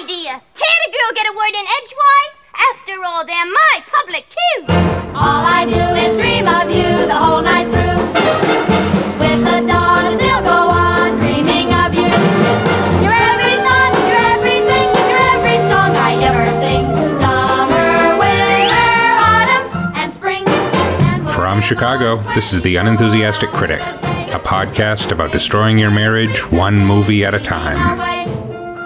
idea. Can't a girl get a word in edgewise? After all, they're my public, too. All I do is dream of you the whole night through. With the dawn, I still go on dreaming of you. You're every thought, you're everything, you're every song I ever sing. Summer, winter, autumn, and spring. And From Chicago, this is The Unenthusiastic Critic, a podcast about destroying your marriage one movie at a time.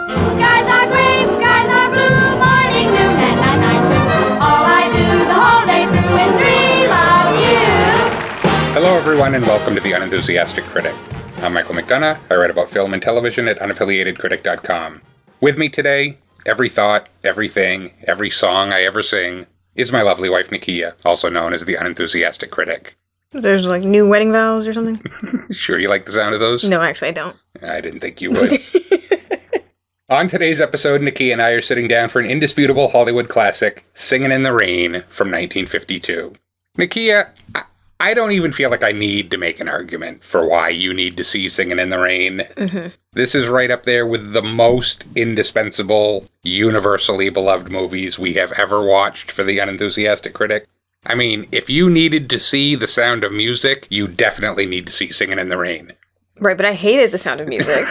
Skies are green, skies are blue, morning, noon, and night, night too. All I do the whole day through is dream of you. Hello, everyone, and welcome to The Unenthusiastic Critic. I'm Michael McDonough. I write about film and television at unaffiliatedcritic.com. With me today, every thought, everything, every song I ever sing is my lovely wife, Nikia, also known as The Unenthusiastic Critic. There's like new wedding vows or something. Sure, you like the sound of those? No, actually, I don't. I didn't think you would. On today's episode, Nikki and I are sitting down for an indisputable Hollywood classic, Singin' in the Rain from 1952. Nikia, uh, I, I don't even feel like I need to make an argument for why you need to see Singin' in the Rain. This is right up there with the most indispensable, universally beloved movies we have ever watched for the unenthusiastic critic. I mean, if you needed to see The Sound of Music, you definitely need to see Singin' in the Rain. Right, but I hated the sound of music.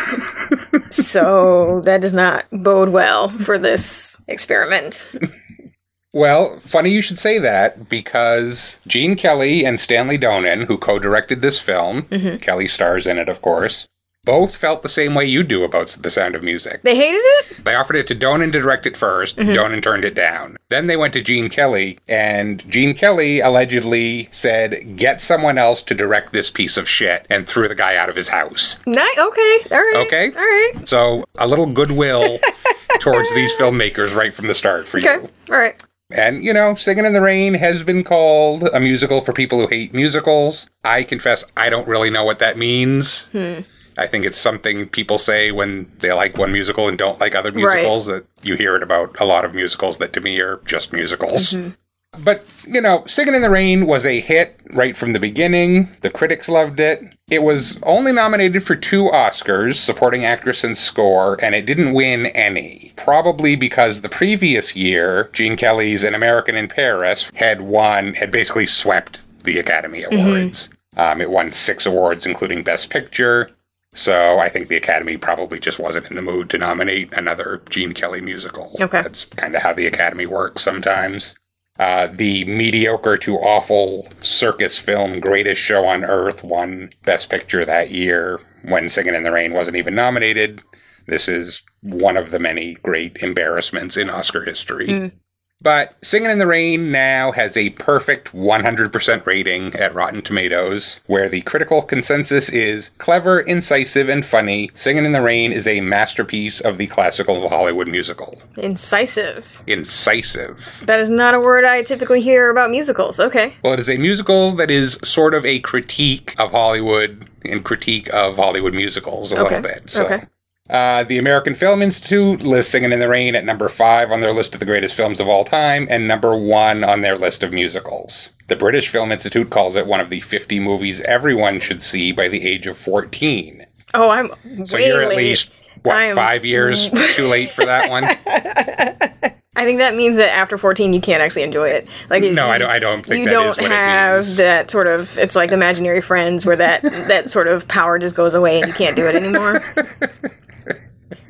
so that does not bode well for this experiment. Well, funny you should say that because Gene Kelly and Stanley Donen, who co directed this film, Kelly stars in it, of course, both felt the same way you do about The Sound of Music. They hated it? They offered it to Donen to direct it 1st Donen turned it down. Then they went to Gene Kelly, and Gene Kelly allegedly said, Get someone else to direct this piece of shit, and threw the guy out of his house. Not okay. All right. Okay? All right. So, a little goodwill towards these filmmakers right from the start for you. Okay. All right. And, you know, Singing in the Rain has been called a musical for people who hate musicals. I confess I don't really know what that means. I think it's something people say when they like one musical and don't like other musicals that you hear it about a lot of musicals that to me are just musicals. But, you know, Singing in the Rain was a hit right from the beginning. The critics loved it. It was only nominated for two Oscars, supporting actress and score, and it didn't win any. Probably because the previous year, Gene Kelly's An American in Paris had won, had basically swept the Academy Awards. Um, it won six awards, including Best Picture. So I think the Academy probably just wasn't in the mood to nominate another Gene Kelly musical. Okay. That's kind of how the Academy works sometimes. Uh, the mediocre to awful circus film Greatest Show on Earth won Best Picture that year when Singing in the Rain wasn't even nominated. This is one of the many great embarrassments in Oscar history. But Singing in the Rain now has a perfect 100% rating at Rotten Tomatoes, where the critical consensus is clever, incisive, and funny. Singing in the Rain is a masterpiece of the classical Hollywood musical. Incisive. Incisive. That is not a word I typically hear about musicals. Okay. Well, it is a musical that is sort of a critique of Hollywood and critique of Hollywood musicals a little Okay. bit. So. Okay. Uh, the American Film Institute lists Singing in the Rain at number five on their list of the greatest films of all time and number one on their list of musicals. The British Film Institute calls it one of the 50 movies everyone should see by the age of 14. Oh, I'm So way you're at late. least, what, I am- five years too late for that one? I think that means that after 14 you can't actually enjoy it. Like it- No, you I don't- just- I don't think you that don't is what it have means. that sort of it's like imaginary friends where that that sort of power just goes away and you can't do it anymore.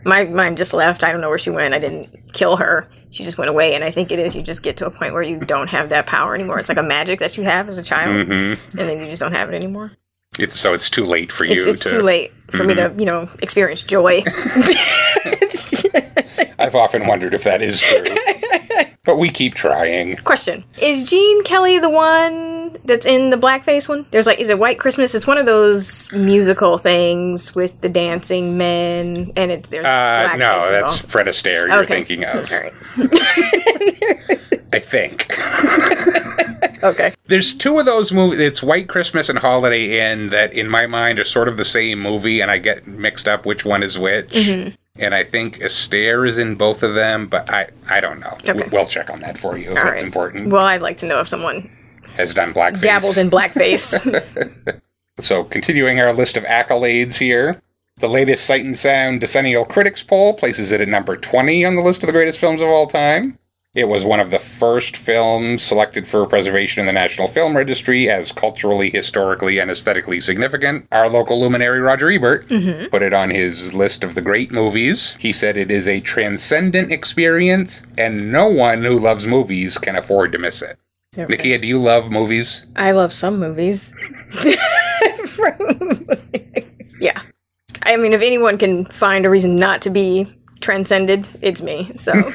My mine just left. I don't know where she went. I didn't kill her. She just went away and I think it is you just get to a point where you don't have that power anymore. It's like a magic that you have as a child Mhm. and then you just don't have it anymore. It's, so it's too Mm-hmm. late for you It's, it's to. too late for me to, you know, experience joy. I've often wondered if that is true. but we keep trying. Question: Is Gene Kelly the one that's in the blackface one? There's like, is it White Christmas? It's one of those musical things with the dancing men, and it's there's Uh, blackface no, that's involved. Fred Astaire you're Okay. thinking of. all right. I think. Okay, There's two of those movies. It's White Christmas and Holiday Inn that, in my mind, are sort of the same movie, and I get mixed up which one is which. Mm-hmm. And I think Astaire is in both of them, but I, I don't know. Okay. We'll check on that for you if all it's right. important. Well, I'd like to know if someone Has done blackface. dabbled in blackface. So, continuing our list of accolades here. The latest Sight and Sound Decennial Critics poll places it at number 20 on the list of the greatest films of all time. It was one of the first films selected for preservation in the National Film Registry as culturally, historically, and aesthetically significant. Our local luminary Roger Ebert put it on his list of the great movies. He said it is a transcendent experience, and no one who loves movies can afford to miss it. There we go. Nikia, do you love movies? I love some movies. yeah. I mean, if anyone can find a reason not to be transcended, it's me. So,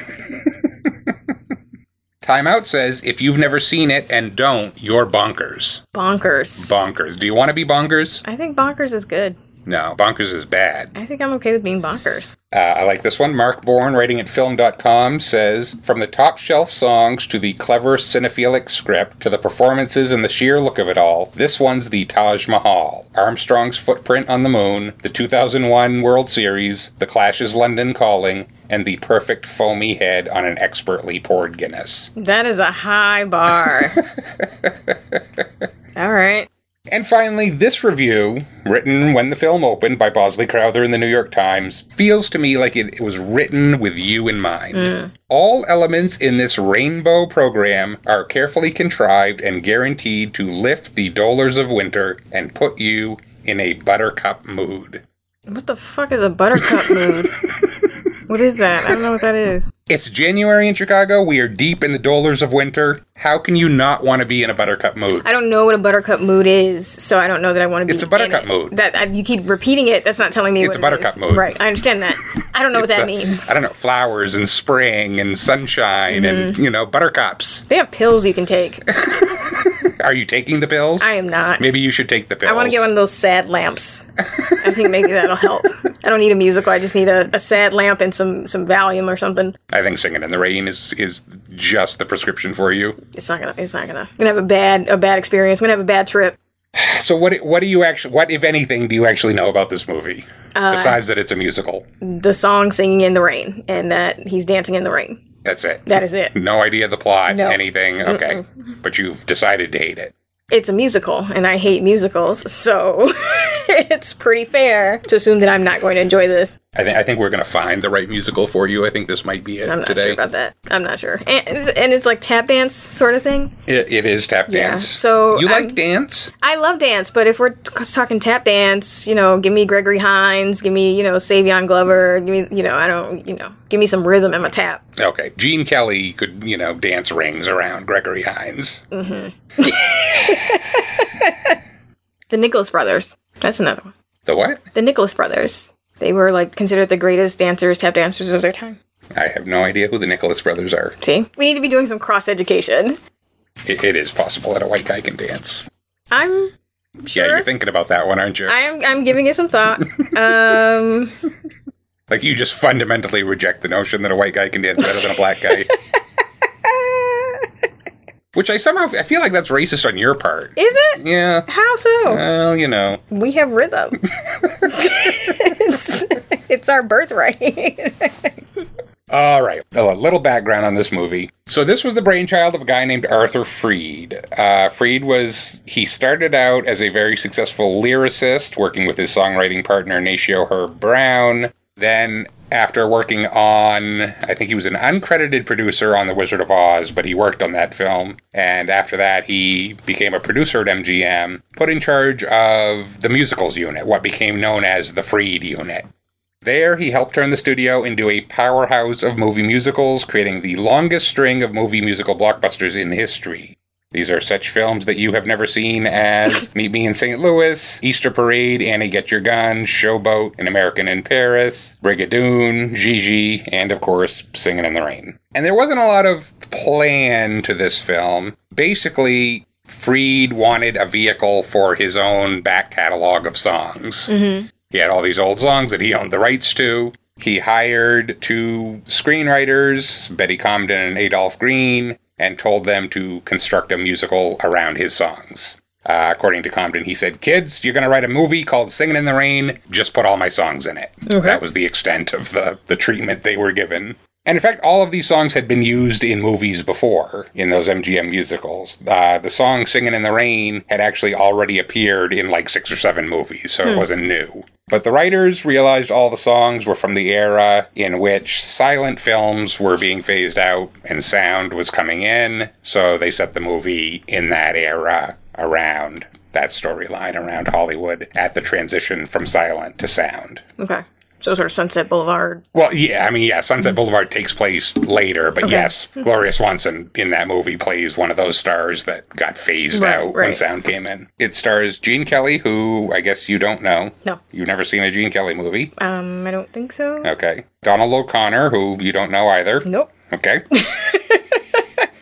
Timeout says if you've never seen it and don't, you're bonkers. bonkers. Bonkers. Do you want to be bonkers? I think bonkers is good. No, bonkers is bad. I think I'm okay with being bonkers. Uh, I like this one. Mark Bourne, writing at film.com, says From the top shelf songs to the clever cinephilic script to the performances and the sheer look of it all, this one's the Taj Mahal. Armstrong's footprint on the moon, the 2001 World Series, the Clash's London Calling, and the perfect foamy head on an expertly poured Guinness. That is a high bar. All right. And finally, this review, written when the film opened by Bosley Crowther in the New York Times, feels to me like it, it was written with you in mind. Mm. All elements in this rainbow program are carefully contrived and guaranteed to lift the dolors of winter and put you in a buttercup mood. What the fuck is a buttercup mood? What is that? I don't know what that is. It's January in Chicago. We are deep in the dolors of winter. How can you not want to be in a buttercup mood? I don't know what a buttercup mood is, so I don't know that I want to be. It's a buttercup in it. mood. That I, you keep repeating it. That's not telling me. It's what a buttercup it is. mood. right? I understand that. I don't know what It's, that uh, means. I don't know, flowers and spring and sunshine and, Mm-hmm. you know, buttercups. They have pills you can take. Are you taking the pills? I am not. Maybe you should take the pills. I want to get one of those sad lamps. I think maybe that'll help. I don't need a musical. I just need a, a sad lamp and some some Valium or something. I think singing in the rain is is just the prescription for you. It's not gonna. It's not gonna. I'm gonna have a bad a bad experience. I'm gonna have a bad trip. So what what do you actually what if anything do you actually know about this movie Uh, besides that it's a musical? The song "Singing in the Rain" and that he's dancing in the rain. That's it. That is it. no idea of the plot, No. anything. Okay. But you've decided to hate it. It's a musical, and I hate musicals, so it's pretty fair to assume that I'm not going to enjoy this. I think I think we're going to find the right musical for you. I think this might be it I'm not today. sure about that. I'm not sure. And, and it's like tap dance sort of thing. It, it is tap Yeah, dance. so you I'm- like dance? I love dance, but if we're t- talking tap dance, you know, give me Gregory Hines, give me, you know, Savion Glover, give me, you know, I don't, you know, give me some rhythm in my tap. Okay. Gene Kelly could, you know, dance rings around Gregory Hines. Mm. The Nicholas Brothers. That's another one. The what? The Nicholas Brothers. They were like considered the greatest dancers, tap dancers of their time. I have no idea who the Nicholas brothers are. See? We need to be doing some cross education. It, it is possible that a white guy can dance. I'm sure. Yeah, you're thinking about that one, aren't you? I'm I'm giving it some thought. um, like you just fundamentally reject the notion that a white guy can dance better than a black guy. Which I somehow I feel like that's racist on your part. is it? Yeah. How so? Well, you know. we have rhythm. it's, it's our birthright. All right, a little background on this movie. So this was the brainchild of a guy named Arthur Freed. Uh, Freed was he started out as a very successful lyricist, working with his songwriting partner Natio Herb Brown. Then, after working on, I think he was an uncredited producer on The Wizard of Oz, but he worked on that film. And after that, he became a producer at MGM, put in charge of the musicals unit, what became known as the Freed unit. There, he helped turn the studio into a powerhouse of movie musicals, creating the longest string of movie musical blockbusters in history. These are such films that you have never seen as Meet Me in St. Louis, Easter Parade, Annie Get Your Gun, Showboat, An American in Paris, Brigadoon, Gigi, and of course, Singin' in the Rain. And there wasn't a lot of plan to this film. Basically, Freed wanted a vehicle for his own back catalog of songs. He had all these old songs that he owned the rights to. He hired two screenwriters, Betty Comden and Adolph Green, and told them to construct a musical around his songs. Uh, according to Comden, he said, Kids, you're going to write a movie called Singing in the Rain. Just put all my songs in it. That was the extent of the, the treatment they were given. And in fact, all of these songs had been used in movies before in those MGM musicals. Uh, the song Singing in the Rain had actually already appeared in like six or seven movies, so it wasn't new. But the writers realized all the songs were from the era in which silent films were being phased out and sound was coming in, so they set the movie in that era around that storyline around Hollywood at the transition from silent to sound. Okay. So sort of Sunset Boulevard. Well, yeah, I mean, yeah, Mm-hmm. Sunset Boulevard takes place later, but yes, Gloria Swanson in that movie plays one of those stars that got phased Right, out when right. sound came in. It stars Gene Kelly, who I guess you don't know. No. You've never seen a Gene Kelly movie. Um, I don't think so. Okay. Donald O'Connor, who you don't know either. Nope. Okay.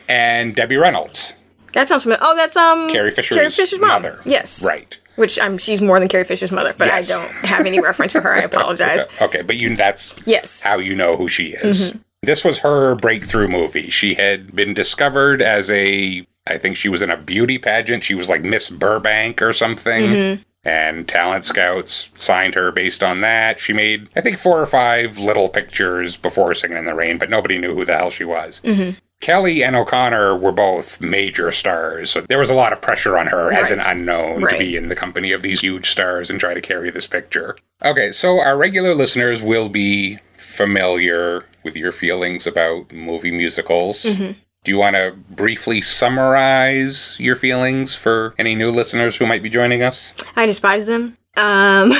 and Debbie Reynolds, That sounds familiar. Oh, that's um Carrie Fisher's, Carrie Fisher's mom. mother. Yes. Right. Which um, she's more than Carrie Fisher's mother, but Yes. I don't have any reference for her. I apologize. Uh, Okay, but you that's Yes. how you know who she is. This was her breakthrough movie. She had been discovered as a, I think she was in a beauty pageant. She was like Miss Burbank or something. And talent scouts signed her based on that. She made, I think, four or five little pictures before Singing in the Rain, but nobody knew who the hell she was. Mm-hmm. Kelly and O'Connor were both major stars, so there was a lot of pressure on her as an unknown to Right. be in the company of these huge stars and try to carry this picture. Okay, so our regular listeners will be familiar with your feelings about movie musicals. Mm-hmm. Do you want to briefly summarize your feelings for any new listeners who might be joining us? I despise them. Um,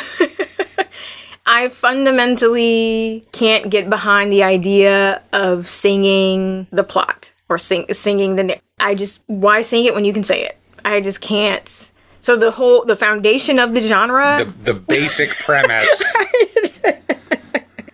I fundamentally can't get behind the idea of singing the plot or sing- singing the. na- I just why sing it when you can say it? I just can't. So the whole the foundation of the genre. The the basic premise.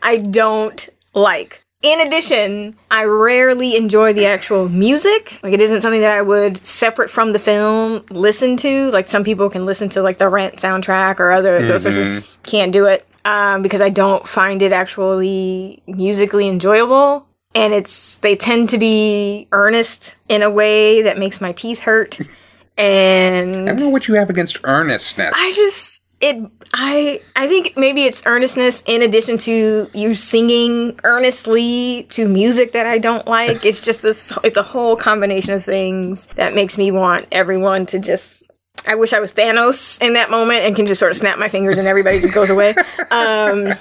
I don't like. In addition, I rarely enjoy the actual music. Like, it isn't something that I would, separate from the film, listen to. Like, some people can listen to, like, the Rent soundtrack or other, those sorts of, can't do it. Um, because I don't find it actually musically enjoyable. And it's, they tend to be earnest in a way that makes my teeth hurt. And I don't know what you have against earnestness. I just it I I think maybe it's earnestness in addition to you singing earnestly to music that I don't like. It's just this it's a whole combination of things that makes me want everyone to just I wish I was Thanos in that moment and can just sort of snap my fingers and everybody just goes away. Um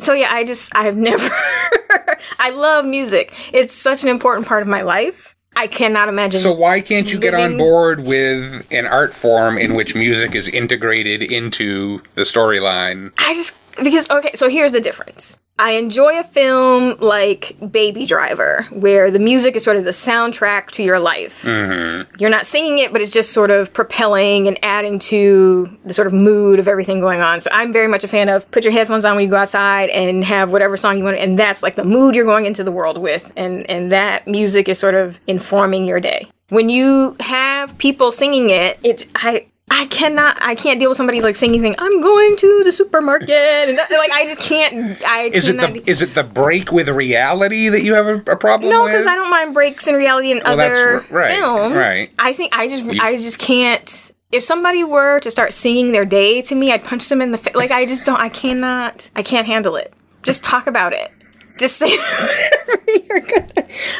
so yeah, I just I've never I love music. It's such an important part of my life. I cannot imagine So why can't you get on living- board with an art form in which music is integrated into the storyline? I just because okay, so here's the difference. I enjoy a film like Baby Driver, where the music is sort of the soundtrack to your life. You're not singing it, but it's just sort of propelling and adding to the sort of mood of everything going on. So I'm very much a fan of put your headphones on when you go outside and have whatever song you want, and that's like the mood you're going into the world with, and and that music is sort of informing your day. When you have people singing it, it I I cannot, I can't deal with somebody like singing, saying, "I'm going to the supermarket," and like I just can't. I Is it cannot the be- is it the break with reality that you have a, a problem no, with? because I don't mind breaks in reality and that's other r- right, films. right. I think I just, I just can't. If somebody were to start singing their day to me, I'd punch them in the face. Like I just don't, I cannot, I can't handle it. Just talk about it. Just say.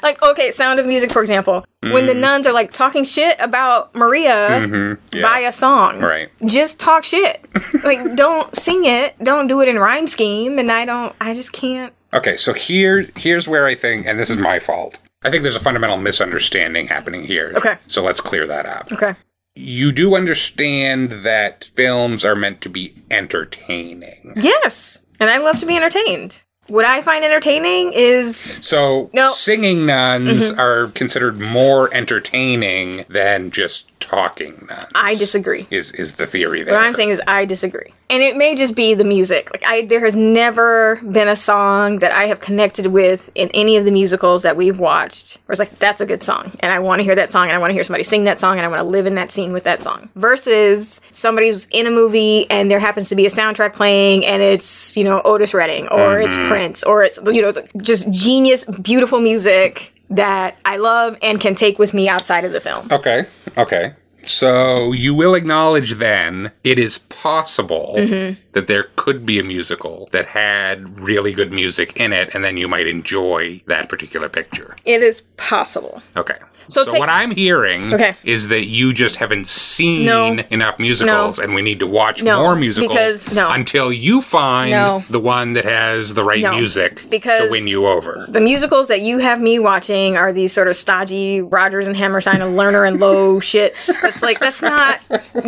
like okay sound of music for example when Mm. the nuns are like talking shit about maria by a song Mm-hmm, Right. just talk shit like don't sing it don't do it in rhyme scheme and i don't i just can't Okay, so here here's where I think, and this is my fault. I think there's a fundamental misunderstanding happening here. Okay. So let's clear that up. okay You do understand that films are meant to be entertaining. yes and i love to be entertained what i find entertaining is So No. singing nuns Mm-hmm. are considered more entertaining than just talking nuns. i disagree is is the theory there. What I'm saying is I disagree. And it may just be the music. Like I there has never been a song that I have connected with in any of the musicals that we've watched where it's like that's a good song and I want to hear that song and I want to hear somebody sing that song and I want to live in that scene with that song. Versus somebody's in a movie and there happens to be a soundtrack playing and it's, you know, Otis Redding or it's Prince or it's you know just genius beautiful music that I love and can take with me outside of the film. Okay. Okay. So you will acknowledge then it is possible Mm-hmm. that there could be a musical that had really good music in it, and then you might enjoy that particular picture. It is possible. Okay. So, So take- what I'm hearing Okay. is that you just haven't seen No. enough musicals, and we need to watch No, more musicals because- no. until you find No. the one that has the right No, music to because- win you over. The musicals that you have me watching are these sort of stodgy Rogers and Hammerstein and Lerner and Lowe shit. That's like that's not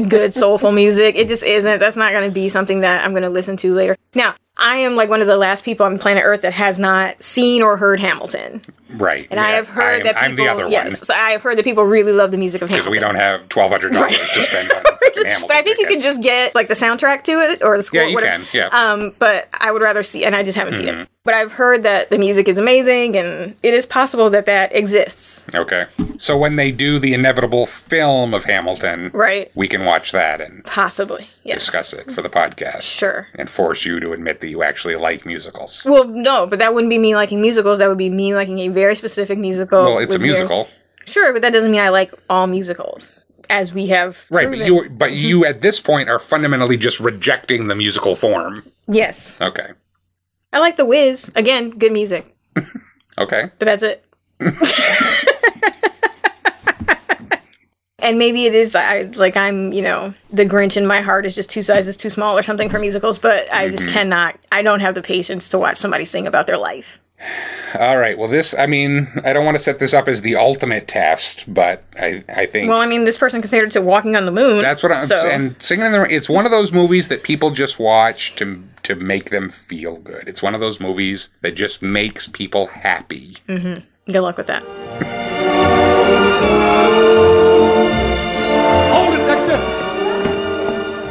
good soulful music. It just isn't. That's not going to be something that I'm going to listen to later. Now, I am like one of the last people on planet Earth that has not seen or heard Hamilton, Right. and I Yeah, have heard I'm, that people I'm the other yes, one. so I have heard that people really love the music of Because Hamilton. we don't have twelve hundred dollars to spend on fucking Hamilton. but I think you could tickets. just get like the soundtrack to it or the score. Yeah, you whatever. can, yeah. Mm-hmm. Um, but I would rather see, and I just haven't seen it. But I've heard that the music is amazing, and it is possible that that exists, Okay. So when they do the inevitable film of Hamilton, right? we can watch that and Possibly, yes. discuss it for the podcast. Sure. And force you to admit that you actually like musicals. Well, no, but that wouldn't be me liking musicals. That would be me liking a very specific musical. Well, it's a with very- musical. sure, but that doesn't mean I like all musicals, as we have Right, but proven. you but you at this point are fundamentally just rejecting the musical form. yes, Okay. I like The Wiz. Again, good music, Okay. but that's it. and maybe it is I like I'm, you know, the Grinch in my heart is just two sizes too small or something for musicals, but I Mm-hmm. just cannot I don't have the patience to watch somebody sing about their life. All right. Well, this I mean, I don't want to set this up as the ultimate test, but I I think Well, I mean, this person compared it to Walking on the Moon. That's what I'm so- saying. Singing in the Rain. It's one of those movies that people just watch to to make them feel good. It's one of those movies that just makes people happy. Good luck with that. Hold it, Dexter!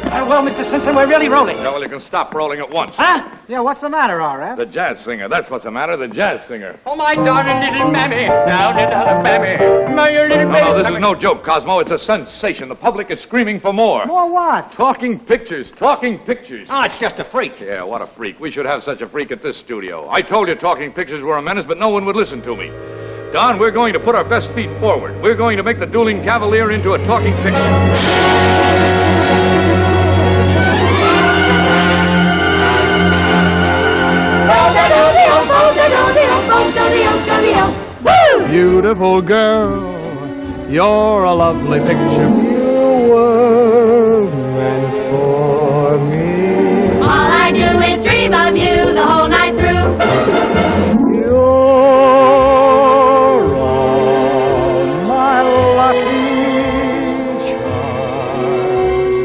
Uh, well, Mr. Simpson, we're really rolling. Yeah, well, you can stop rolling at once. Huh? Yeah, what's the matter, R.F.? The jazz singer, that's what's the matter, the jazz singer. Oh, my darling little mammy. Now, little mammy. My little No, no, this is no joke, Cosmo. It's a sensation. The public is screaming for more. Or what? Talking pictures, talking pictures. Oh, it's just a freak. Yeah, what a freak. We should have such a freak at this studio. I told you talking pictures were a menace, but no one would listen to me. Don, we're going to put our best feet forward. We're going to make the dueling cavalier into a talking picture. Beautiful girl, you're a lovely picture. You were meant for me. All I do is dream of you the whole night through. You're all my lucky charms.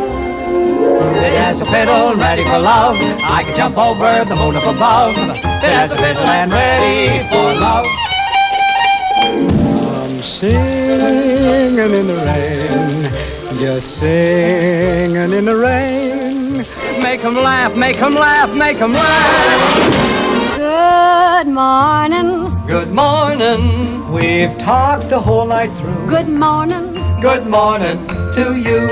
It has a fiddle ready for love. I can jump over the moon up above. It has a fiddle and ready for love. I'm singing in the rain, just singing in the rain. Make 'em laugh, make 'em laugh, make 'em laugh. Good morning, Good morning, We've talked the whole night through. good morning. good morning to you.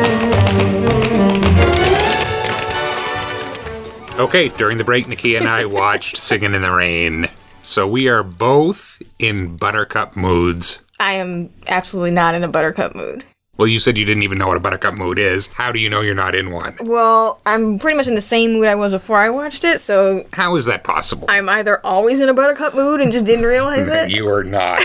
Okay, during the break, Nikki and I watched Singing in the Rain. So we are both in buttercup moods. I am absolutely not in a buttercup mood. Well, you said you didn't even know what a buttercup mood is. How do you know you're not in one? Well, I'm pretty much in the same mood I was before I watched it, so How is that possible? I'm either always in a buttercup mood and just didn't realize it. you are not.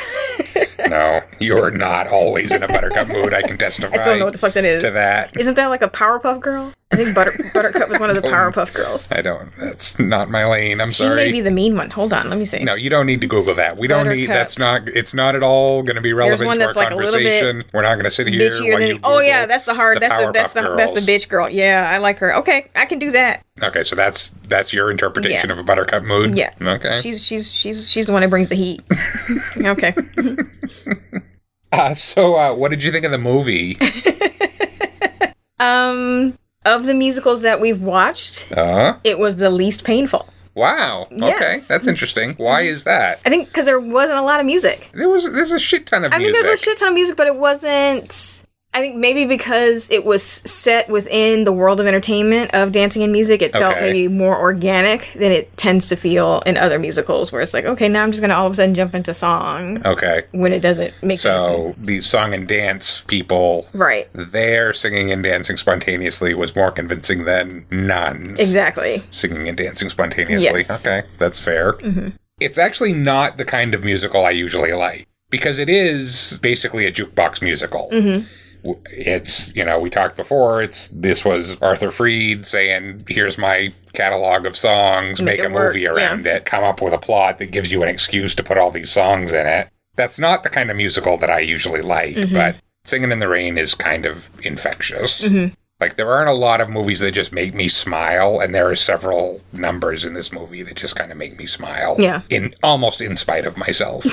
no, you are not always in a buttercup mood. I can testify. I still don't know what the fuck that is. to that. Isn't that like a Powerpuff Girl? I think Butter- Buttercup was one of the Powerpuff Girls. I don't. That's not my lane. I'm She sorry. may be the mean one. Hold on, let me see. No, you don't need to Google that. We don't need. Buttercup. That's not. It's not at all going to be relevant one to our that's, like, a little bit conversation. We're not going to sit here. Bitchier while than you oh yeah, Google that's the hard. that's the that's the Powerpuff that's the Girls. bitch girl. Yeah, I like her. Okay, I can do that. Okay, so that's that's your interpretation Yeah. of a buttercup mood. Yeah. Okay. She's she's she's she's the one that brings the heat. okay. Uh, so, uh, what did you think of the movie? Um, of the musicals that we've watched, Uh, it was the least painful. wow. Okay, Yes. that's interesting. Why is that? I think because there wasn't a lot of music. There was there's a shit ton of I mean, music. there's a shit ton of music, but it wasn't I think maybe because it was set within the world of entertainment of dancing and music, it felt Okay. maybe more organic than it tends to feel in other musicals, where it's like, okay, now I'm just going to all of a sudden jump into song Okay. when it doesn't make sense. So these song and dance people, Right. their singing and dancing spontaneously was more convincing than nuns Exactly. singing and dancing spontaneously. Yes. Mm-hmm. Okay, that's fair. It's actually not the kind of musical I usually like because it is basically a jukebox musical. Mm-hmm. W- It's, you know, we talked before, it's this was Arthur Freed saying, here's my catalog of songs, Make make, a it work, movie yeah. around it, come up with a plot that gives you an excuse to put all these songs in it. That's not the kind of musical that I usually like, Mm-hmm. but Singing in the Rain is kind of infectious. Mm-hmm. Like there aren't a lot of movies that just make me smile, and there are several numbers in this movie that just kind of make me smile. Yeah. In almost in spite of myself.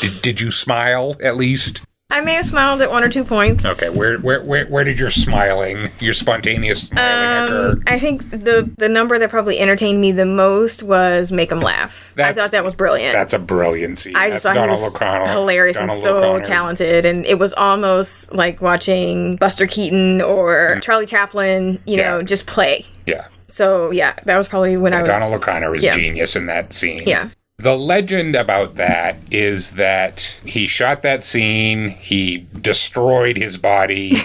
did, did you smile at least? I may have smiled at one or two points. Okay. Where where where, where did your smiling, your spontaneous smiling Um, occur? I think the the number that probably entertained me the most was make them laugh. I That's- thought that was brilliant. That's a brilliant scene. I just That's thought he Donald was O'Connell. hilarious and Donald so O'Connor. talented, and it was almost like watching Buster Keaton or Charlie Chaplin, you know, Mm. Yeah. just play. Yeah. So yeah, that was probably when I was. Donald O'Connor is Yeah. genius in that scene. Yeah, The legend about that is that he shot that scene, he destroyed his body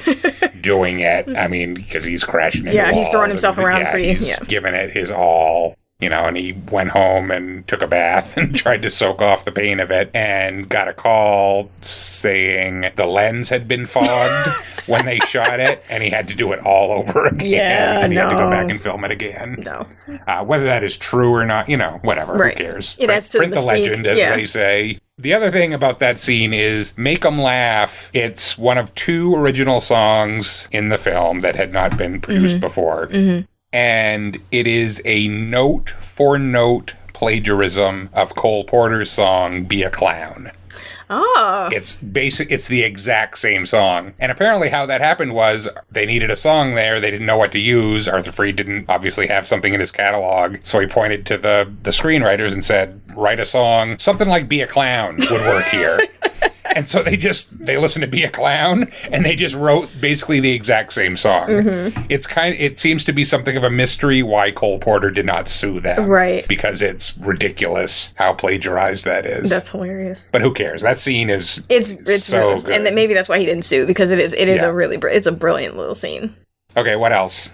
doing it. I mean, because he's crashing into Yeah, he's throwing walls himself and, around yeah, pretty- He's yeah. giving it his all, you know, and he went home and took a bath and tried to soak off the pain of it and got a call saying the lens had been fogged when they shot it and he had to do it all over again. Yeah, and he had to go no. back and film it again. no, Uh, whether that is true or not, you know, whatever. Right. Who cares? It adds to the print the, mystique, legend, as yeah. they say. The other thing about that scene is make them laugh. It's one of two original songs in the film that had not been Mm-hmm. produced before. And it is a note for note plagiarism of Cole Porter's song Be a Clown. oh, It's basic. It's the exact same song. And apparently, how that happened was they needed a song there. They didn't know what to use. Arthur Freed didn't obviously have something in his catalog, so he pointed to the the screenwriters and said, "Write a song. Something like Be a Clown would work here." and so they just they listened to Be a Clown and they just wrote basically the exact same song. Mm-hmm. It's kind. It seems to be something of a mystery why Cole Porter did not sue them, Right. Because it's ridiculous how plagiarized that is. that's hilarious. But who cares? That scene is It's it's So really, good. and that maybe that's why he didn't sue because it is it is Yeah. a really br- it's a brilliant little scene. okay. What else?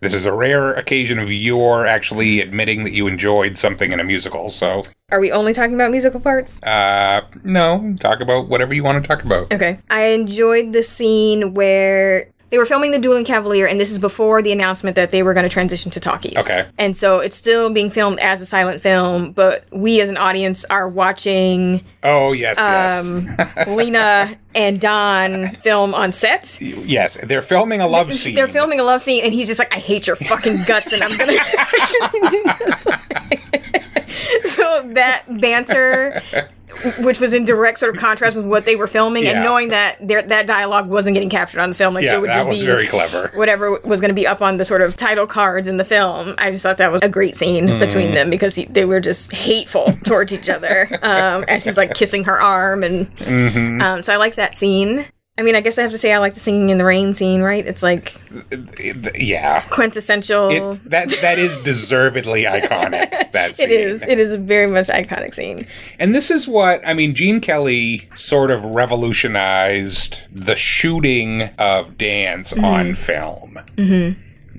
This is a rare occasion of your actually admitting that you enjoyed something in a musical. So, Are we only talking about musical parts? uh, no, talk about whatever you want to talk about. Okay. I enjoyed the scene where they were filming the Dueling Cavalier, and this is before the announcement that they were going to transition to talkies. Okay. And so it's still being filmed as a silent film, but we as an audience are watching Oh yes, um, Lena and Don film on set. yes, yes. They're filming a love scene. They're filming a love scene, and he's just like, "I hate your fucking guts," and I'm gonna. so that banter, which was in direct sort of contrast with what they were filming, Yeah. and knowing that their, that dialogue wasn't getting captured on the film, like Yeah, it would that just was be very clever. whatever was going to be up on the sort of title cards in the film. I just thought that was a great scene Mm. between them because he, they were just hateful towards each other um, as he's like kissing her arm, and Mm-hmm. um, so I like that scene. I mean, I guess I have to say I like the singing in the rain scene, right? It's like Yeah, quintessential. it's that that is deservedly iconic. That scene. it is. It is a very much iconic scene. And this is what I mean. Gene Kelly sort of revolutionized the shooting of dance Mm-hmm. on film.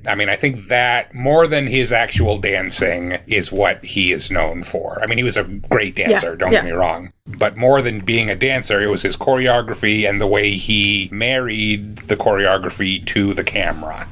I mean, I think that more than his actual dancing is what he is known for. I mean, he was a great dancer, don't get yeah. me wrong. But more than being a dancer, it was his choreography and the way he married the choreography to the camera.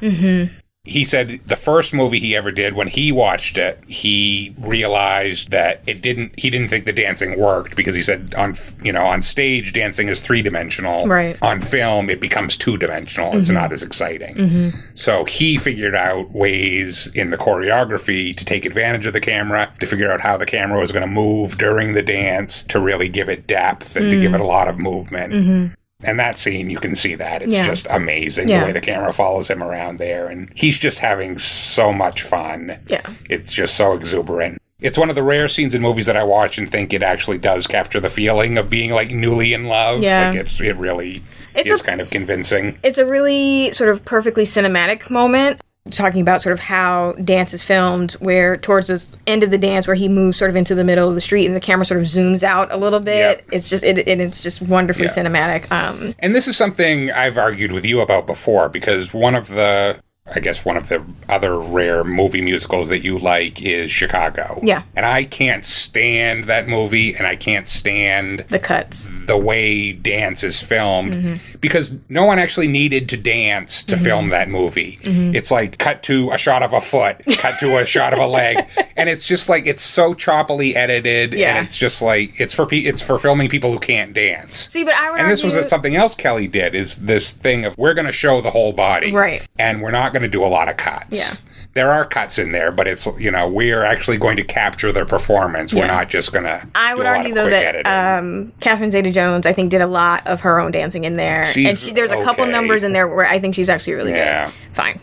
He said the first movie he ever did, when he watched it, he realized that it didn't. He didn't think the dancing worked because he said on f- you know on stage dancing is three dimensional. Right. Mm-hmm. On film, it becomes two dimensional. It's not as exciting. So he figured out ways in the choreography to take advantage of the camera, to figure out how the camera was going to move during the dance, to really give it depth and to Mm. give it a lot of movement. And that scene, you can see that. It's Mm-hmm. Yeah. just amazing Yeah. the way the camera follows him around there. And he's just having so much fun. Yeah. It's just so exuberant. It's one of the rare scenes in movies that I watch and think it actually does capture the feeling of being like newly in love. Yeah. Like it's, it really It's is a- kind of convincing. it's a really sort of perfectly cinematic moment talking about sort of how dance is filmed where towards the end of the dance where he moves sort of into the middle of the street and the camera sort of zooms out a little bit Yep. it's just it, it it's just wonderfully Yeah. cinematic um And this is something I've argued with you about before because one of the I guess one of the other rare movie musicals that you like is Chicago. Yeah. And I can't stand that movie and I can't stand the cuts the way dance is filmed Mm-hmm. because no one actually needed to dance to film that movie. Mm-hmm. It's like cut to a shot of a foot, cut to a shot of a leg, and it's just like it's so choppily edited, Yeah. and it's just like it's for pe- it's for filming people who can't dance. see but i would and this was argue- something else Kelly did is this thing of we're going to show the whole body, Right. And we're not going to do a lot of cuts. Yeah. There are cuts in there, but it's you know we are actually going to capture their performance. We're Yeah. not just going to. I would argue though that um, Catherine Zeta-Jones, I think, did a lot of her own dancing in there, and She's she, there's a couple okay. numbers in there where I think she's actually really Yeah. good. Fine.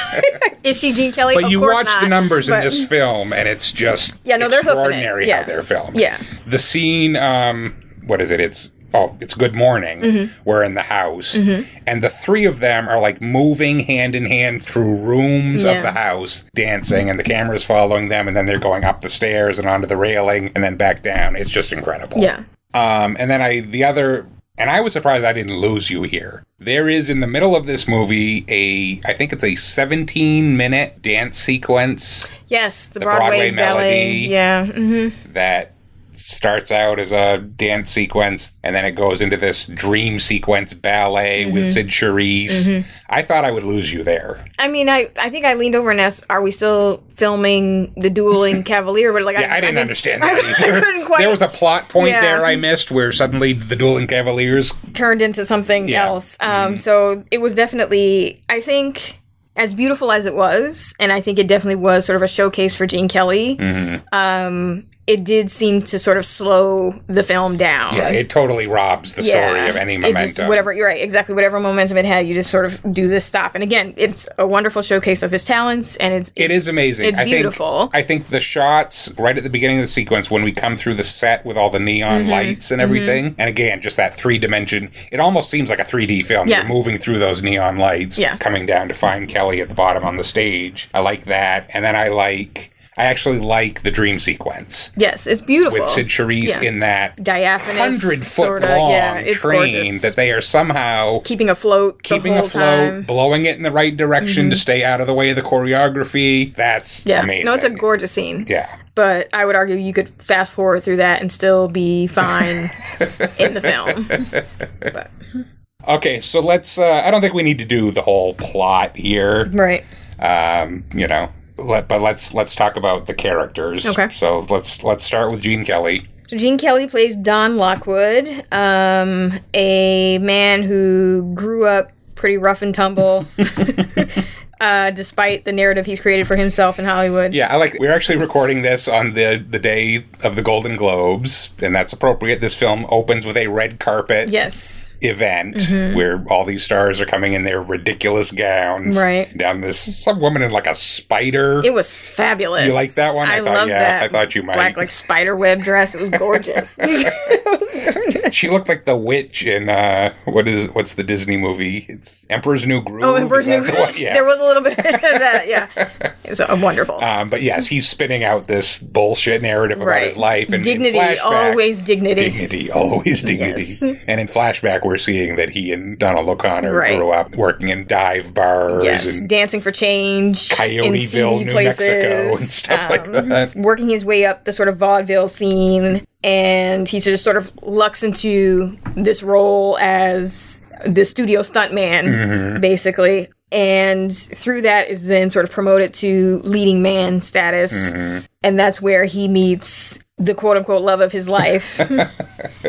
Is she Gene Kelly? But Of you course watch the not, numbers in but- this film, and it's just Yeah, no, they're hoofing it. extraordinary Yeah. how they're filmed. Yeah. the scene. Um, what is it? It's oh, it's Good Morning. Mm-hmm. We're in the house, and the three of them are like moving hand in hand through rooms Yeah. of the house, dancing, and the camera's following them, and then they're going up the stairs and onto the railing, and then back down. It's just incredible. Yeah. Um, and then I the other and I was surprised I didn't lose you here. There is in the middle of this movie a I think it's a 17 minute dance sequence Yes, the, The Broadway Broadway, ballet. melody. Yeah. hmm that starts out as a dance sequence and then it goes into this dream sequence ballet Mm-hmm. with Sid Charisse. I thought I would lose you there. I mean, I, I think I leaned over and asked, "Are we still filming the dueling Cavalier?" But like, Yeah, I, didn't understand that I, either. couldn't quite. there was a plot point Yeah. there I missed where suddenly the Dueling Cavaliers turned into something Yeah. Mm-hmm. else. Um, So it was definitely, I think, as beautiful as it was, and I think it definitely was sort of a showcase for Gene Kelly. Mm-hmm. Um, it did seem to sort of slow the film down. yeah, it totally robs the Yeah. story of any It just- momentum. whatever you're right, exactly whatever momentum it had, you just sort of do this stop. And again, it's a wonderful showcase of his talents, and it's It is amazing. It's I beautiful. Think, I think the shots right at the beginning of the sequence when we come through the set with all the neon Mm-hmm. lights and everything, and again, just that three dimension. It almost seems like a 3D film. Yeah. You're moving through those neon lights, Yeah. coming down to find Kelly at the bottom on the stage. I like that, and then I like. I actually like the dream sequence yes, it's beautiful. with Sid Charisse Yeah. in that Diaphanous, hundred foot sorta, long yeah, it's train gorgeous. that they are somehow keeping afloat, keeping the whole afloat, time. Mm-hmm. blowing it in the right direction to stay out of the way of the choreography. That's Yeah, amazing. no, it's a gorgeous scene. yeah. but I would argue you could fast forward through that and still be fine in the film. But, Okay, so let's. Uh, I don't think we need to do the whole plot here. right. Um, you know, let, but let's let's talk about the characters. Okay. So let's let's start with Gene Kelly. So Gene Kelly plays Don Lockwood, um, a man who grew up pretty rough and tumble. Uh, despite the narrative he's created for himself in Hollywood. Yeah, I like. We're actually recording this on the the day of the Golden Globes, and that's appropriate. This film opens with a red carpet Yes. event Mm-hmm. where all these stars are coming in their ridiculous gowns. Right. Down this some woman in like a spider. It was fabulous. You like that one? I, I thought- love yeah, that. I thought you might. Black like spider web dress. It was gorgeous. It was gorgeous. She looked like the witch in uh, what is what's the Disney movie? It's Emperor's New Groove. Oh, is Emperor's that New the Groove. one? Yeah. There was a little bit of that. Yeah, it was uh, wonderful. um, but yes, he's spinning out this bullshit narrative about Right. his life and dignity, in flashback, always dignity. dignity, always dignity. Yes. And in flashback, we're seeing that he and Donald O'Connor Right. grew up working in dive bars Yes, and dancing for change, in seedy Coyoteville, New places, Mexico, and stuff like um, that. Working his way up the sort of vaudeville scene, and he just sort of lucks into this role as the studio stuntman, basically. And through that is then sort of promoted to leading man status, and that's where he meets the quote unquote love of his life,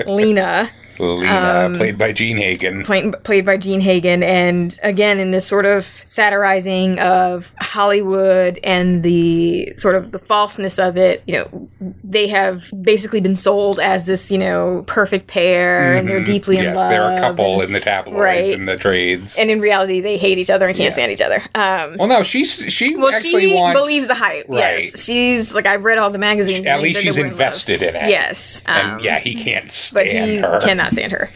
Lena. Lena, played by Gene Hagen. Um, played, played by Gene Hagen, and again in this sort of satirizing of Hollywood and the sort of the falseness of it. You know, they have basically been sold as this you know perfect pair, and they're deeply in Mm-hmm. yes, love. they're a couple and- in the tabloids Right. and the trades. and in reality, they hate each other and can't stand each other. Um, well, no, she's she well, actually she wants. believes the hype. Right. Yes, she's like I've read all the magazines. and at they least said she's that we're in love. invested in it. Yes, um, and yeah, he can't but stand he her. cannot stand her.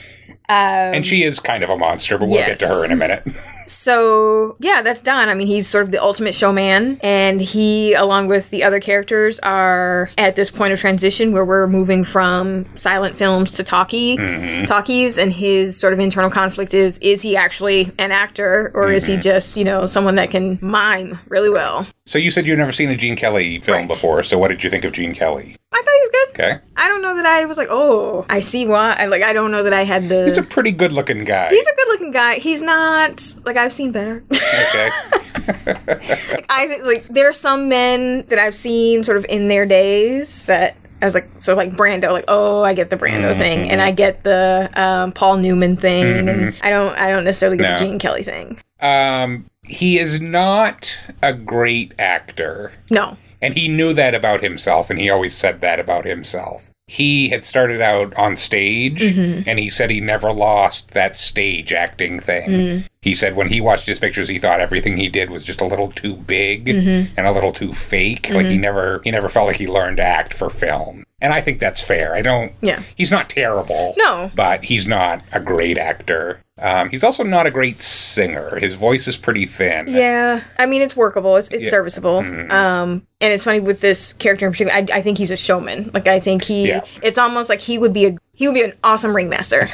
Um, and she is kind of a monster, but we'll get to yes. her in a minute. So yeah, that's Don. I mean, he's sort of the ultimate showman, and he, along with the other characters, are at this point of transition where we're moving from silent films to talkie Mm-hmm. talkies, and his sort of internal conflict is: is he actually an actor, or is he Mm-hmm. just you know someone that can mime really well? so you said you've never seen a Gene Kelly film Right. before. So what did you think of Gene Kelly? I thought he was good. Okay, I don't know that I was like, oh, I see why. I, like, I don't know that I had the. he's a pretty good-looking guy. He's a good-looking guy. He's not like I've seen better. okay. I think like there are some men that I've seen sort of in their days that I was like so like Brando like oh I get the Brando thing mm-hmm. and I get the um, Paul Newman thing and I don't I don't necessarily get the No. Gene Kelly thing. Um, he is not a great actor. No, And he knew that about himself, and he always said that about himself. He had started out on stage, Mm-hmm. and he said he never lost that stage acting thing. Mm. He said when he watched his pictures, he thought everything he did was just a little too big Mm-hmm. and a little too fake. Like he never, he never felt like he learned to act for film. And I think that's fair. I don't. Yeah. He's not terrible. No. But he's not a great actor. Um, he's also not a great singer. His voice is pretty thin. yeah, I mean it's workable, it's it's Yeah. Mm-hmm. serviceable. Um, and it's funny with this character in particular. I, I think he's a showman. Like I think he, Yeah. it's almost like he would be a he would be an awesome ringmaster.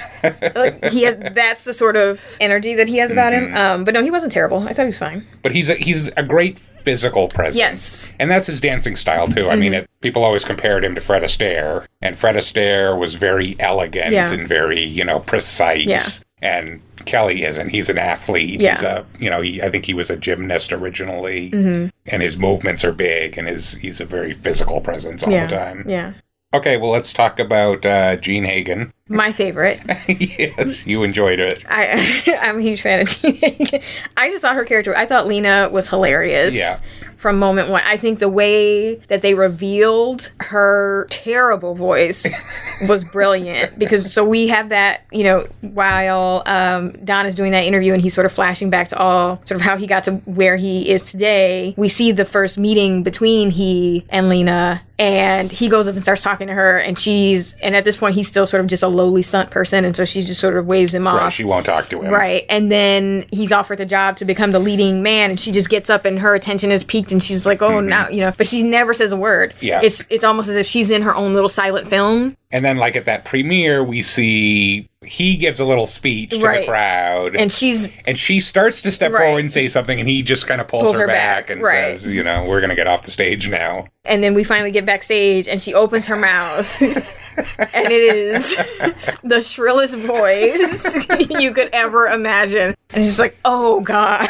like he has that's the sort of energy that he has about him. Mm-hmm. Um, but no, he wasn't terrible. I thought he was fine. But he's a, he's a great physical presence. Yes. And that's his dancing style too. I mean, Mm-hmm. it, people always compared him to Fred Astaire, and Fred Astaire was very elegant Yeah. and very, you know, precise. Yeah. And Kelly isn't. He's an athlete. He's Yeah. Mm-hmm. a, you know, he, I think he was a gymnast originally, and his movements are big, and his he's a very physical presence all yeah. the time. Yeah. Okay, well, let's talk about uh, Gene Hagen. My favorite. yes, Mm-hmm. you enjoyed it. I I'm a huge fan of Gene. Hackman. I just thought her character. I thought Lena was hilarious. Yeah. From moment one, I think the way that they revealed her terrible voice was brilliant because so we have that you know while um, Don is doing that interview and he's sort of flashing back to all sort of how he got to where he is today. We see the first meeting between he and Lena, and he goes up and starts talking to her, and she's and at this point he's still sort of just a lowly stunt person, and so she just sort of waves him off. Right, she won't talk to him. Right. And then he's offered the job to become the leading man and she just gets up and her attention is peaked and she's like, Oh now you know but she never says a word. Mm-hmm. Yeah. It's it's almost as if she's in her own little silent film. And then, like at that premiere, we see he gives a little speech to Right. the crowd, And she's and she starts to step Right. forward and say something, and he just kind of pulls, her, back, and right. says, "You know, we're going to get off the stage now." and then we finally get backstage and she opens her mouth and it is the shrillest voice you could ever imagine. And she's like, Oh God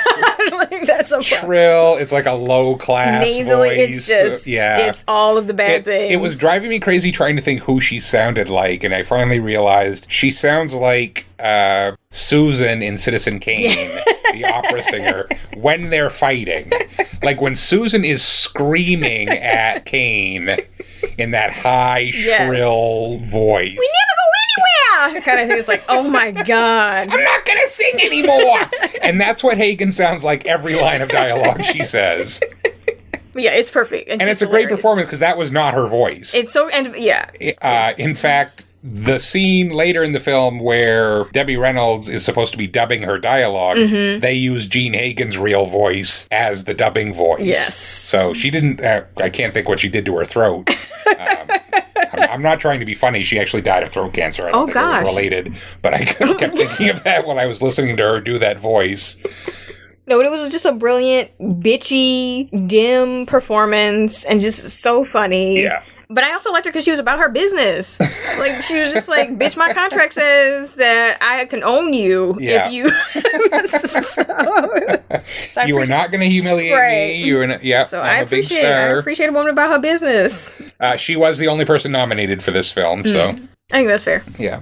like that's a Shrill, it's like a low class nasally voice. it's just yeah. it's all of the bad it, things. it was driving me crazy trying to think who she sounded like, and I finally realized she sounds like uh, Susan in Citizen Kane, the opera singer, when they're fighting. Like when Susan is screaming at Kane in that high, Yes. shrill voice. yeah, kind of who's like, oh my god, I'm not gonna sing anymore. and that's what Hagen sounds like every line of dialogue she says. But yeah, it's perfect, And she's it's a great hilarious. performance because that was not her voice. It's so and yeah, uh, in fact, the scene later in the film where Debbie Reynolds is supposed to be dubbing her dialog they use Gene Hagen's real voice as the dubbing voice. Yes. So she didn't, uh, I can't think what she did to her throat. Um, I'm, I'm not trying to be funny. She actually died of throat cancer. I don't Oh, think it gosh. was related, but I kept thinking of that when I was listening to her do that voice. no, it was just a brilliant, bitchy, dim performance, and just so funny. Yeah. But I also liked her because she was about her business. Like she was just like, "Bitch, my contract says that I can own you Yeah. if you." so, so I you are appreciate- not going to humiliate Right. me. You are not, yeah. So I'm I a big appreciate. I star. appreciate a woman about her business. Uh, she was the only person nominated for this film, so I think that's fair. yeah.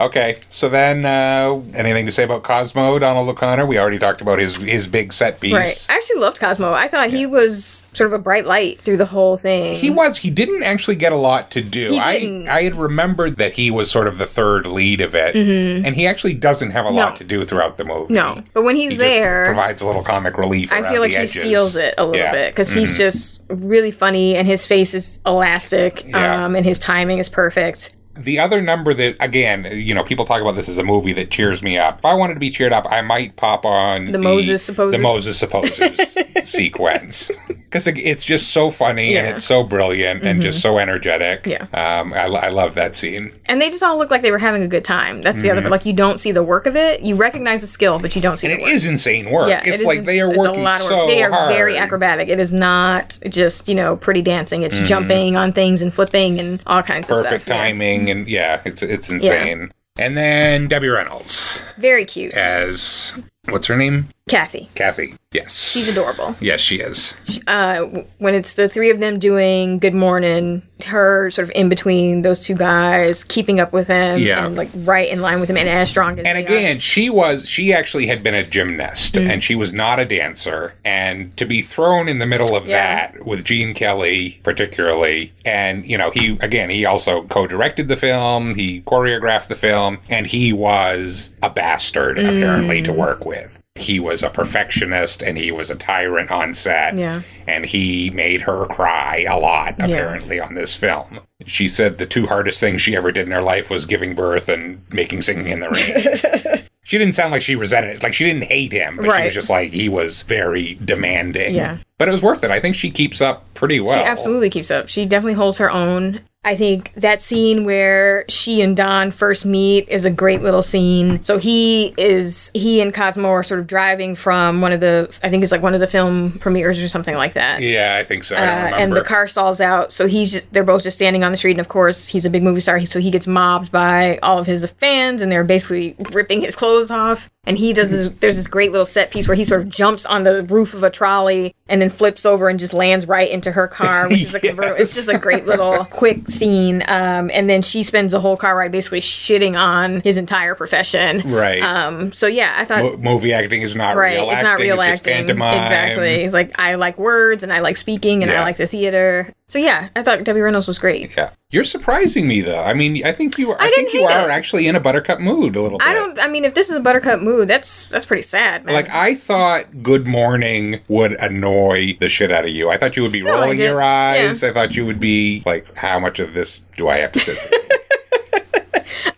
okay, so then uh, anything to say about Cosmo, Donald O'Connor? We already talked about his his big set piece. Right. I actually loved Cosmo. I thought he was sort of a bright light through the whole thing. He was. He didn't actually get a lot to do. He I didn't. I had remembered that he was sort of the third lead of it, and he actually doesn't have a lot to do throughout the movie. Mm-hmm. No, but when he's he there, just provides a little comic relief. I around feel like the he edges. steals it a little Yeah. Mm-hmm. bit because he's just really funny and his face is elastic Yeah. um, and his timing is perfect. The other number that, again, you know, people talk about this as a movie that cheers me up. If I wanted to be cheered up, I might pop on the, Moses Supposes? the Moses supposes sequence because it's just so funny and Yeah. Mm-hmm. it's so brilliant and just so energetic. Yeah. um, I, lo- I love that scene. And they just all look like they were having a good time. That's the other part. Like you don't see the work of it. You recognize the skill, but you don't see Mm-hmm. And the it work. is insane work. Yeah, it's it is- like they are it's a working lot of work. so They are hard. Mm-hmm. very acrobatic. It is not just you know pretty dancing. It's jumping on things and flipping and all kinds of perfect stuff. Yeah. timing, and yeah, it's it's insane. And then Debbie Reynolds Very cute. as what's her name? Kathy. Kathy. Yes, She's adorable. Yes, she is. uh, w- when it's the three of them doing Good Morning, her sort of in between those two guys, keeping up with him, Yeah. and like right in line with him, and as strong as And they are. again, she was she actually had been a gymnast Mm. and she was not a dancer. And to be thrown in the middle of Yeah. that with Gene Kelly, particularly, and you know, he again he also co-directed the film, he choreographed the film, and he was a bastard apparently Mm. to work with. He was a perfectionist and he was a tyrant on set. Yeah. And he made her cry a lot, apparently, on this film. She said the two hardest things she ever did in her life was giving birth and making singing in the rain. she didn't sound like she resented it. Like she didn't hate him, but she Right. was just like he was very demanding. Yeah. But it was worth it. I think she keeps up pretty well. She absolutely keeps up. She definitely holds her own. I think that scene where she and Don first meet is a great little scene. So he is he and Cosmo are sort of driving from one of the I think it's like one of the film premieres or something like that. Yeah, I think so. I don't uh, remember. and the car stalls out. So he's just, they're both just standing on the street. And of course, he's a big movie star. So he gets mobbed by all of his fans and they're basically ripping his clothes off. And he does this, there's this great little set piece where he sort of jumps on the roof of a trolley and then flips over and just lands right into her car, which is a convertible. It's just a great little quick scene. Um, and then she spends the whole car ride basically shitting on his entire profession. Right. Um, so yeah, I thought Mo- movie acting is not right real it's acting. not real it's just acting pantomime. exactly like i like words and i like speaking and Yeah. i like the theater so yeah i thought debbie reynolds was great Yeah. You're surprising me though. I mean, I think you are I, didn't think you hate are it. actually in a buttercup mood a little bit. i don't i mean if this is a buttercup mood that's that's pretty sad man Like I thought, Good Morning would annoy the shit out of you. I thought you would be I rolling did. your eyes. I thought you would be like, "How much of this do I have to sit through?"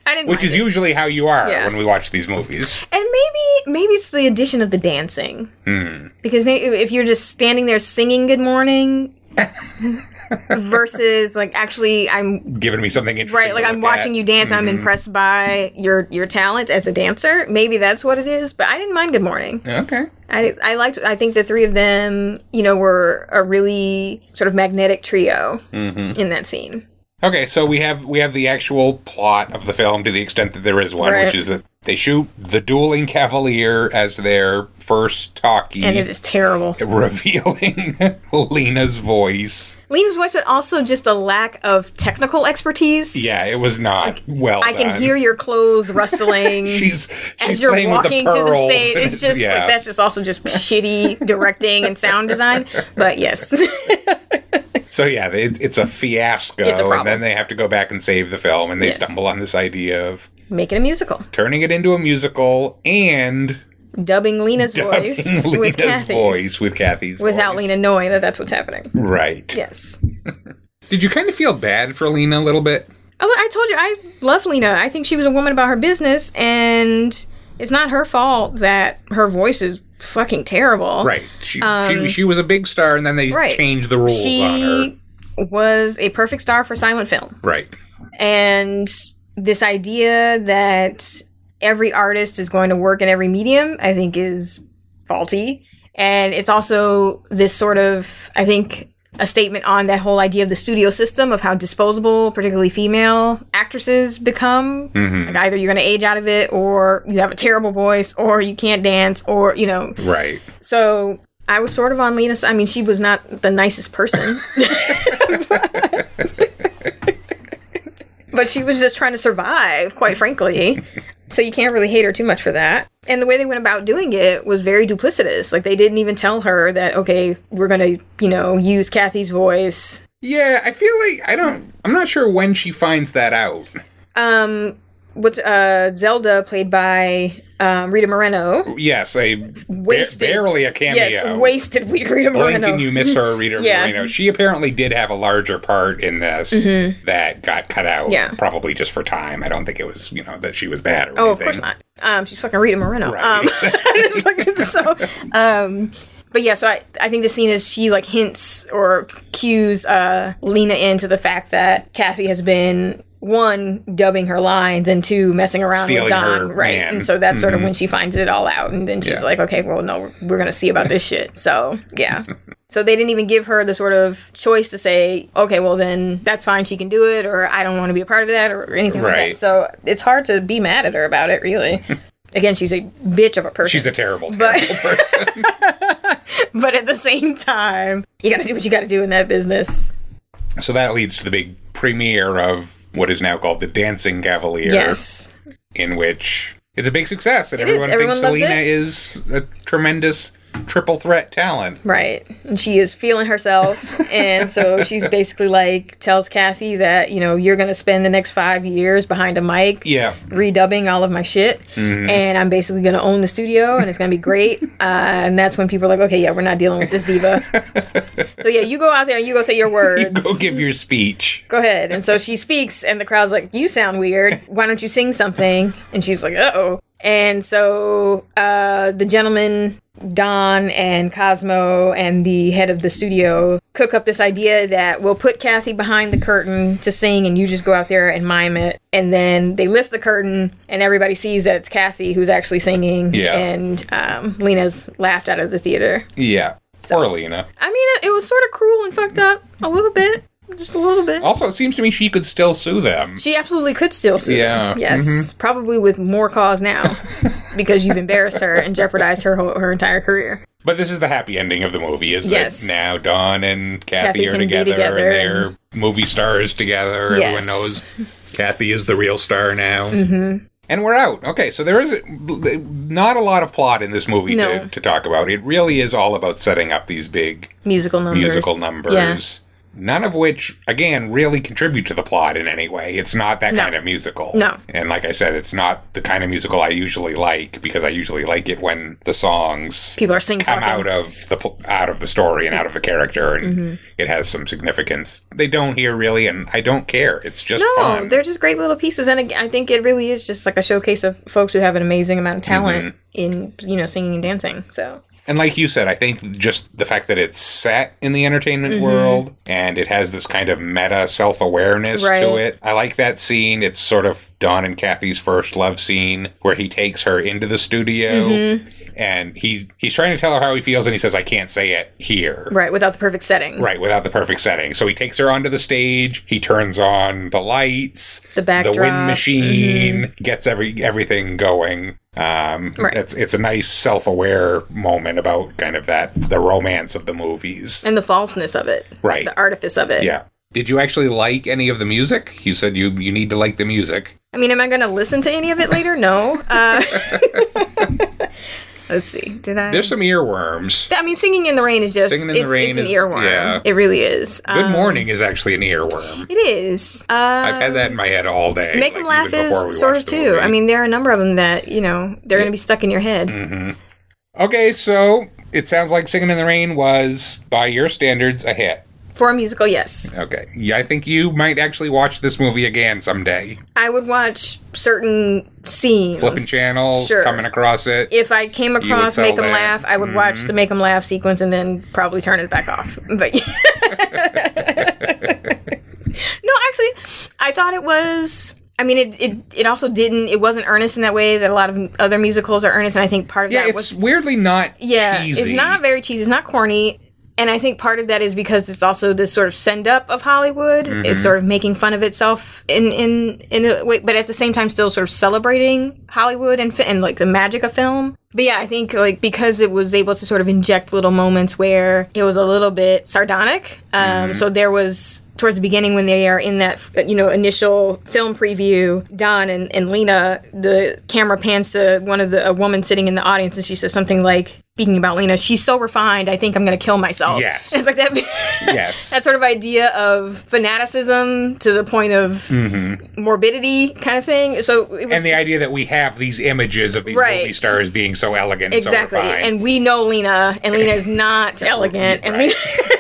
i didn't Which mind is it. usually how you are Yeah. when we watch these movies. and maybe maybe it's the addition of the dancing Hmm. because maybe if you're just standing there singing good morning versus like actually i'm Giving me something interesting. right like i'm watching you dance i'm Mm-hmm. impressed by your your talent as a dancer maybe that's what it is but i didn't mind good morning Okay. I, I liked I think the three of them, you know, were a really sort of magnetic trio Mm-hmm. in that scene. Okay, so we have we have the actual plot of the film to the extent that there is one, Right. which is that they shoot the dueling cavalier as their first talkie, And it is terrible. revealing Lena's voice. Liam's voice, but also just the lack of technical expertise. Yeah, it was not well. I can done. hear your clothes rustling. She's she's as you're playing walking with to the the pearls. stage, and it's just like that's just also just shitty directing and sound design. But yes, So yeah, it, it's a fiasco, It's a problem. and then they have to go back and save the film, and they Yes. stumble on this idea of make it a musical, turning it into a musical and dubbing Lena's dubbing voice Lena's with Kathy's voice with Kathy's without voice. Lena knowing that that's what's happening. Right. Yes. Did you kind of feel bad for Lena a little bit? Oh, I told you, I love Lena. I think she was a woman about her business, and it's not her fault that her voice is fucking terrible. Right. She she, she was a big star, and then they Oh, um, right. changed the rules on her. She was a perfect star for silent film. Right. And this idea that every artist is going to work in every medium, I think, is faulty. And it's also this sort of, I think, a statement on that whole idea of the studio system of how disposable, particularly female actresses, become. Like either you're going to age out of it, or you have a terrible voice, or you can't dance, or, you know. Right. So I was sort of on Lena's. I mean, she was not the nicest person. but she was just trying to survive, quite frankly. So you can't really hate her too much for that. And the way they went about doing it was very duplicitous. Like they didn't even tell her that, okay, we're gonna, you know, use Kathy's voice. Yeah, I feel like I don't. I'm not sure when she finds that out. Um which uh, Zelda played by um, Rita Moreno. Yes, a ba- Wasted. barely a cameo. Yes, wasted we- Blink Rita Moreno. and you miss her, Rita Yeah. Moreno. She apparently did have a larger part in this that got cut out. Mm-hmm. Yeah. Probably just for time. I don't think it was, you know, that she was bad or Oh, of anything. course not. Um, she's fucking Rita Moreno. Right. Um, it's like- so, um, but yeah, so I, I think the scene is she like hints or cues uh, Lena into the fact that Kathy has been one dubbing her lines and two messing around Stealing with Don, her right? man. And so that's sort of when she finds it all out, and then she's Yeah. like, okay, well, no, we're, we're gonna see about this shit. So yeah. So they didn't even give her the sort of choice to say, okay, well then that's fine, she can do it, or I don't want to be a part of that, or, or anything like Right. that. So it's hard to be mad at her about it, really. Again, she's a bitch of a person, She's a terrible, But- terrible person. but at the same time, you got to do what you got to do in that business. So that leads to the big premiere of what is now called The Dancing Cavalier, Yes, in which it's a big success. And is. everyone, Everyone thinks loves Selena it. is a tremendous triple threat talent. right. And she is feeling herself, and so she's basically like tells Kathy that you know you're gonna spend the next five years behind a mic, Yeah. redubbing all of my shit Mm-hmm. and i'm basically going to own the studio and it's going to be great uh, and that's when people are like okay yeah we're not dealing with this diva so yeah you go out there and you go say your You words go give your speech. Go ahead and so she speaks and the crowd's like you sound weird why don't you sing something and she's like uh-oh and so uh, the gentleman don and cosmo and the head of the studio cook up this idea that we'll put kathy behind the curtain to sing and you just go out there and mime it and then they lift the curtain and everybody sees that it's kathy who's actually singing Yeah. and um, lena's laughed out of the theater Yeah. Poor Lena. i mean it, it was sort of cruel and fucked up a little bit just a little bit Also, it seems to me she could still sue them. She absolutely could still sue. Yeah. Mm-hmm. them. Yes. Probably with more cause now because you've embarrassed her and jeopardized her whole, her entire career. But this is the happy ending of the movie, is Yes. that now Dawn and Kathy, Kathy are can be together, together and they're movie stars together. Yes. Everyone knows Kathy is the real star now. Mm-hmm. And we're out. Okay, so there is a- not a lot of plot in this movie No. to, to talk about. It really is all about setting up these big Musical numbers. musical Yeah. numbers. None of which, again, really contribute to the plot in any way. It's not that No. kind of musical. No. And like I said, it's not the kind of musical I usually like because I usually like it when the songs People are singing. come out talking. Mm-hmm. of the pl- out of the story and out of the character, and it has some significance. They don't here really, and I don't care. It's just No, fun. they're just great little pieces, and I I think it really is just like a showcase of folks who have an amazing amount of Mm-hmm. talent in you know singing and dancing. So And like you said, I think just the fact that it's set in the entertainment world and it has this kind of meta self awareness to Right. it. I like that scene. It's sort of Don and Kathy's first love scene where he takes her into the studio and he he's trying to tell her how he feels and he says, I can't say it here. right, without the perfect setting, Right, without the perfect setting. So he takes her onto the stage. He turns on the lights, The the wind backdrop. Mm-hmm. machine, gets every everything going. Um, Right. it's it's a nice self aware moment about kind of that the romance of the movies. and the falseness of it, Right. the artifice of it. yeah. Did you actually like any of the music? You said you you need to like the music. I mean, am I going to listen to any of it later? No. Uh, let's see. Did I? There's some earworms. I mean, singing in the rain is just Singing in the it's, Rain it's an is- earworm. yeah. It really is. Good Um, morning is actually an earworm. It is. Uh, I've had that in my head all day. Make like, them laugh even before we is sort of watched the too. movie. Mm. I mean, there are a number of them that you know they're going to be stuck in your head. Mm-hmm. okay, so it sounds like "Singing in the Rain" was, by your standards, a hit. For a musical, yes, Okay. Yeah, I think you might actually watch this movie again someday. I would watch certain scenes, Flipping channels, Sure. coming across it. If I came across sell Make that. 'em Mm-hmm. Laugh, I would watch the Make 'em Laugh sequence and then probably turn it back off. But No, actually, I thought it was I mean it, it it also didn't it wasn't earnest in that way that a lot of other musicals are earnest and I think part of yeah, that it's was weirdly not yeah, cheesy. it's not very cheesy. It's not corny. And I think part of that is because it's also this sort of send up of Hollywood. It's sort of making fun of itself in in in a way, but at the same time still sort of celebrating Hollywood and fi- and like the magic of film. But yeah, I think like because it was able to sort of inject little moments where it was a little bit sardonic. Um, So there was towards the beginning when they are in that you know initial film preview don and, and lena the camera pans to one of the a woman sitting in the audience and she says something like speaking about lena she's so refined i think i'm gonna kill myself Yes. it's like that Yes. that sort of idea of fanaticism to the point of morbidity kind of thing so it was Mm-hmm. and the idea that we have these images of these Right. movie stars being so elegant, and Exactly. so refined. and we know Lena, and Lena is not elegant and Lena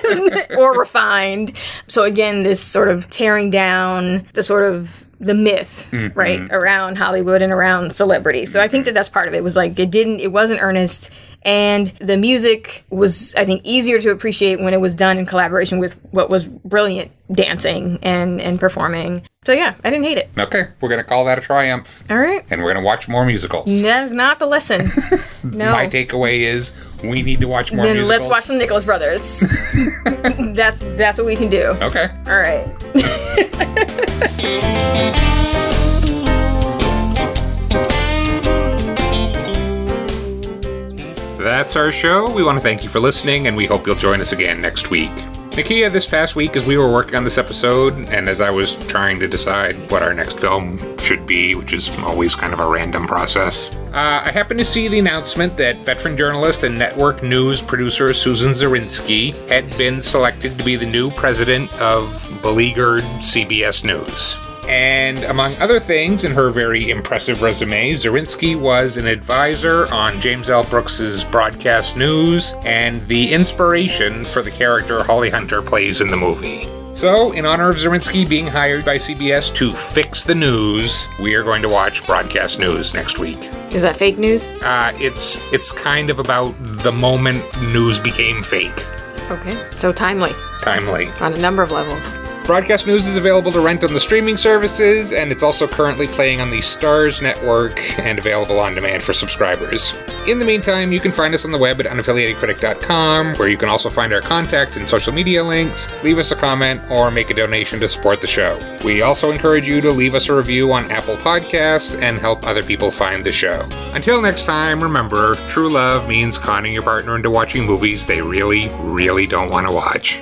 is- or refined. So again, this sort of tearing down the sort of the myth Mm-hmm. right around Hollywood and around celebrity. So I think that that's part of it. Was like it didn't it wasn't earnest and the music was I think easier to appreciate when it was done in collaboration with what was brilliant dancing and and performing. So yeah, I didn't hate it. okay, we're gonna call that a triumph, All right. and we're gonna watch more musicals. That is not the lesson. No. My takeaway is we need to watch more Then musicals. let's watch some Nicholas Brothers. that's that's what we can do. Okay. All right. That's our show. We want to thank you for listening, and we hope you'll join us again next week. Nakia, this past week, as we were working on this episode, and as I was trying to decide what our next film should be, which is always kind of a random process, uh, I happened to see the announcement that veteran journalist and network news producer Susan Zirinsky had been selected to be the new president of beleaguered CBS News. And among other things, in her very impressive resume, Zirinsky was an advisor on James L. Brooks's broadcast news and the inspiration for the character Holly Hunter plays in the movie. So, in honor of Zirinsky being hired by CBS to fix the news, we are going to watch broadcast news next week. Is that fake news? Uh, it's it's kind of about the moment news became fake. Okay. So timely Timely. on a number of levels. Broadcast News is available to rent on the streaming services, and it's also currently playing on the Stars Network and available on demand for subscribers. In the meantime, you can find us on the web at unaffiliatedcritic.com, where you can also find our contact and social media links, leave us a comment, or make a donation to support the show. We also encourage you to leave us a review on Apple Podcasts and help other people find the show. Until next time, remember true love means conning your partner into watching movies they really, really don't want to watch.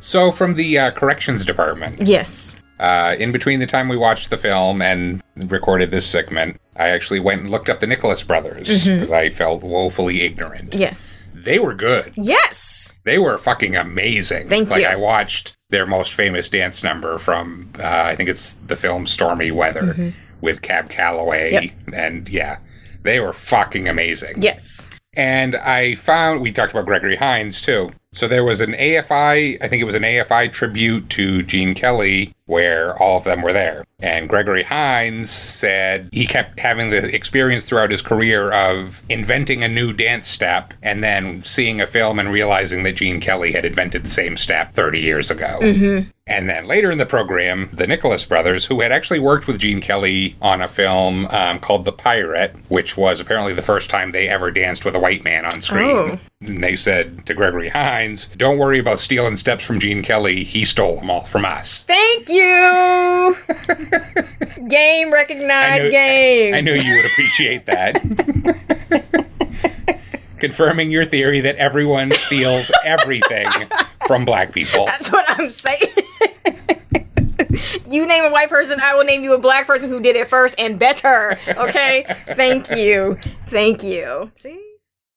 So, from the uh, corrections department, Yes. uh, in between the time we watched the film and recorded this segment, I actually went and looked up the Nicholas brothers because Mm-hmm. I felt woefully ignorant. Yes. They were good. Yes. They were fucking amazing. Thank like, you. I watched their most famous dance number from, uh, I think it's the film Stormy Weather with Cab Calloway. Mm-hmm. Yep. And yeah, they were fucking amazing. Yes. And I found we talked about Gregory Hines too. So there was an AFI, I think it was an AFI tribute to Gene Kelly where all of them were there. And Gregory Hines said he kept having the experience throughout his career of inventing a new dance step and then seeing a film and realizing that Gene Kelly had invented the same step 30 years ago. And then later in the program, the Nicholas brothers, who had actually worked with Gene Kelly on a film um, called The Pirate, which was apparently the first time they ever danced with a white man on screen. Oh. And they said to Gregory Hines, Don't worry about stealing steps from Gene Kelly. He stole them all from us. Thank you. game recognized game. I knew you would appreciate that. Confirming your theory that everyone steals everything from black people. That's what I'm saying. you name a white person, I will name you a black person who did it first and better. Okay? Thank you. Thank you. See?